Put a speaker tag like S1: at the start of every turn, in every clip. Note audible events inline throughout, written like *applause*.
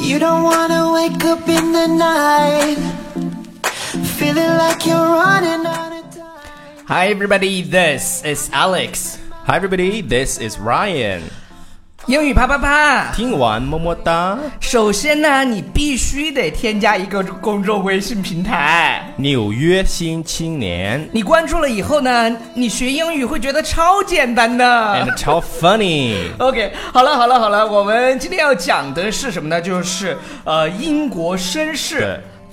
S1: You don't wanna wake up in the night feeling like you're running out of time.
S2: Hi, everybody. This is Alex.
S3: Hi everybody, this is Ryan。
S2: 英语啪啪啪！
S3: 听完么么哒。
S2: 首先呢，你必须得添加一个公众微信平台。
S3: 纽约新青年
S2: 你关注了以后呢，你学英语会觉得超简单的
S3: ，and。超 funny。
S2: *laughs* OK，好了好了好了，我们今天要讲的是什么呢？就是呃，英国绅士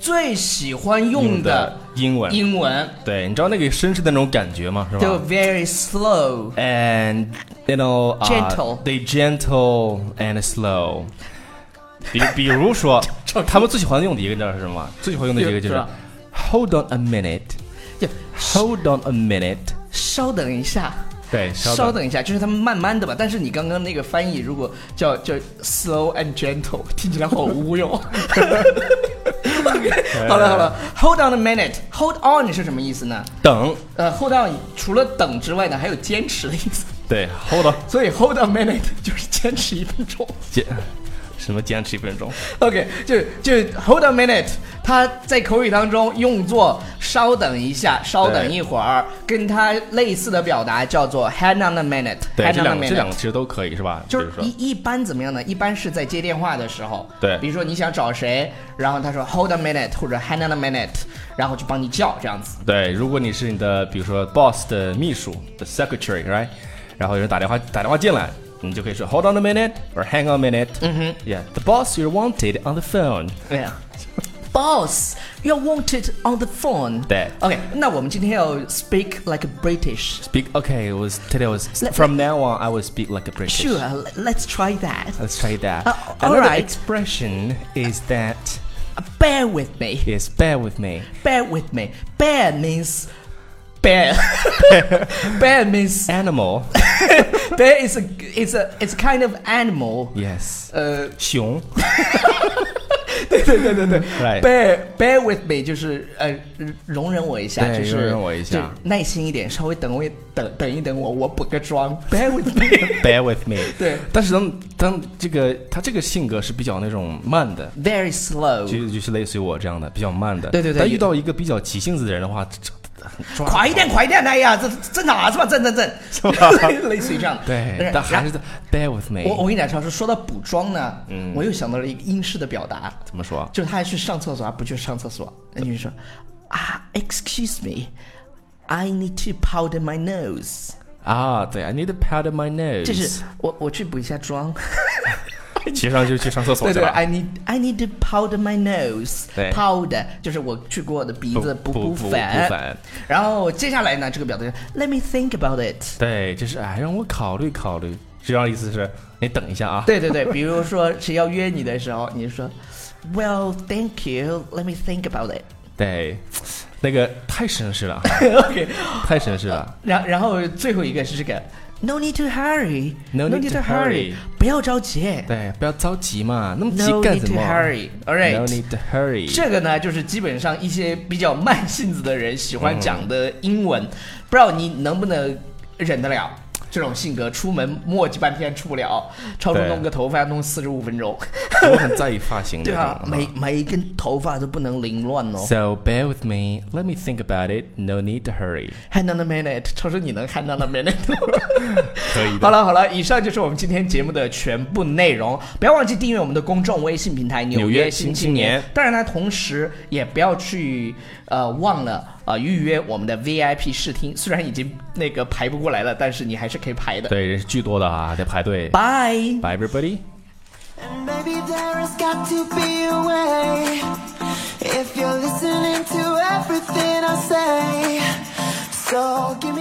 S3: 对
S2: 最喜欢用
S3: 用
S2: 的
S3: 的英文，啊
S2: 英文，
S3: 对，你知道那个绅士的那种感觉吗？是
S2: 就
S3: 吧
S2: very slow。
S3: ？And you know, uh,
S2: Gentle
S3: they gentle and slow。比比如
S2: *laughs*
S3: 说，他们最喜欢用的一个，你知道是什么吗？最喜欢用的一个就是
S2: 是吧
S3: Hold on a minute,
S2: 就
S3: Hold on a minute。
S2: 稍等一下。
S3: 对，
S2: 稍
S3: 稍等，
S2: 等一下，就是他们慢慢的吧。但是你刚刚那个翻译，如果叫叫 slow and gentle，听 *laughs* 起来好
S3: *laughs*
S2: 无用。好了好了，hold on a minute，hold on 是什么意思呢？
S3: 等，
S2: 呃，hold on 除了等之外呢，还有坚持的意思。
S3: 对，Hold on，
S2: 所以 hold on a minute 就是坚持一分钟。
S3: 坚， *laughs* 什么坚持一分钟？
S2: OK，就就 hold on a minute，它在口语当中用作稍等一下，稍等一会儿，跟它类似的表达叫做 hang on a minute。
S3: 对，这两
S2: minute
S3: 个这两个其实都可以是吧？
S2: 就
S3: 比
S2: 是
S3: 如说
S2: 一一般怎么样呢？一般是在接电话的时候，
S3: 对
S2: 比如说你想找谁，然后他说 hold a minute 或者 hang on a minute，然后就帮你叫这样子。
S3: 对，如果你是你的比如说 boss 的秘书的 secretary，right？然后有人打电话打电话进来，你就可以说 hold on a minute or hang on a minute。嗯哼，yeah，the boss you wanted on the phone。
S2: 对呀、Boss, you're wanted on the phone.
S3: 对
S2: OK，那我们今天要 speak like a British.
S3: Speak okay, it was today was
S2: Let-
S3: from now on I will speak like a British.
S2: Sure, let's try that.
S3: *laughs* Let's try that.
S2: Uh, all
S3: Another
S2: right.
S3: expression is that
S2: Bear with me.
S3: is bear with me.
S2: Bear with me. Bear means bear. *laughs* bear means
S3: Animal.
S2: bear is a is a it's a kind of animal.
S3: Yes.
S2: 呃，
S3: 熊。
S2: *laughs* 对对对对
S3: Right.
S2: bear bear with me 就是呃容忍我一下，
S3: 对
S2: 就是
S3: 容忍我一下，
S2: 就耐心一点，稍微等我一等等一等我，我补个妆，bear with me。 *laughs*
S3: Bear with me。
S2: 对
S3: 但是当当这个他这个性格是比较那种慢的，*laughs*
S2: Very slow，
S3: 就就是类似于我这样的比较慢的。
S2: 嗯对对对
S3: 但
S2: 有
S3: 遇到一个比较急性子的人的话，这这抓
S2: *laughs* 快一点，快一点！哎呀，这这哪是吧？这这这， *laughs* 类似于这样的。
S3: 对，但还是
S2: *laughs*
S3: 在 bear with me。
S2: 我我跟你讲，超叔说到补妆呢，
S3: 嗯
S2: 我又想到了一个英式的表达，
S3: 怎么说？
S2: 就是他还去上厕所，还不去上厕所，那女生说啊，Excuse me，I need to powder my nose。
S3: 啊，对，I need to powder my nose。
S2: 就是我我去补一下妆，
S3: *laughs* 骑上就去上厕所
S2: 对
S3: 去了。
S2: 对，I need I need to powder my nose，
S3: 对
S2: powder 就是我去给我的鼻子
S3: 补
S2: 补
S3: 补补
S2: 粉
S3: 补粉，
S2: 然后接下来呢，这个表达是 Let me think about it，
S3: 对，就是哎，让我考虑考虑。这样的意思是，你等一下啊。
S2: 对
S3: *laughs*
S2: 对对，比如说谁要约你的时候，你就说 Well，thank you，let me think about it， *laughs*
S3: 对，那个太绅士了，
S2: OK，
S3: 太绅士
S2: *laughs*
S3: 了。
S2: 然然后最后一个是这个 No need to hurry，No
S3: No need to hurry
S2: 不要着急
S3: 对，不要着急嘛，那么急
S2: ，No
S3: 干
S2: need
S3: 什
S2: to
S3: 么
S2: hurry，All
S3: No
S2: right。
S3: need to
S2: *laughs*
S3: hurry。 *laughs*
S2: 这个呢，就是基本上一些比较慢性子的人喜欢讲的英文，不知道你能不能忍得了这种性格，出门磨叽半天出不了，超出
S3: 对
S2: 弄个头发要弄四十五分钟， *laughs*
S3: 我很在意发型的
S2: 对
S3: 这种。
S2: 啊，每每一根头发都不能凌乱哦。
S3: So bear with me. Let me think about it. No need to
S2: *laughs*
S3: hurry.
S2: Hand on a minute，超叔你能 hand on a minute 吗
S3: 可以
S2: 好。了好了，以上就是我们今天节目的全部内容。不要忘记订阅我们的公众微信平台《纽
S3: 纽约
S2: 约新
S3: 新
S2: 青
S3: 青
S2: 年
S3: 年》。
S2: 当然呢，同时也不要去呃忘了呃预约我们的 VIP 试听，虽然已经那个排不过来了，但是你还是可以排的。
S3: 对，人是巨多的啊，得排队。
S2: Bye。
S3: Bye everybody.
S1: And maybe there has got to be a way if you're listening to everything I say. So give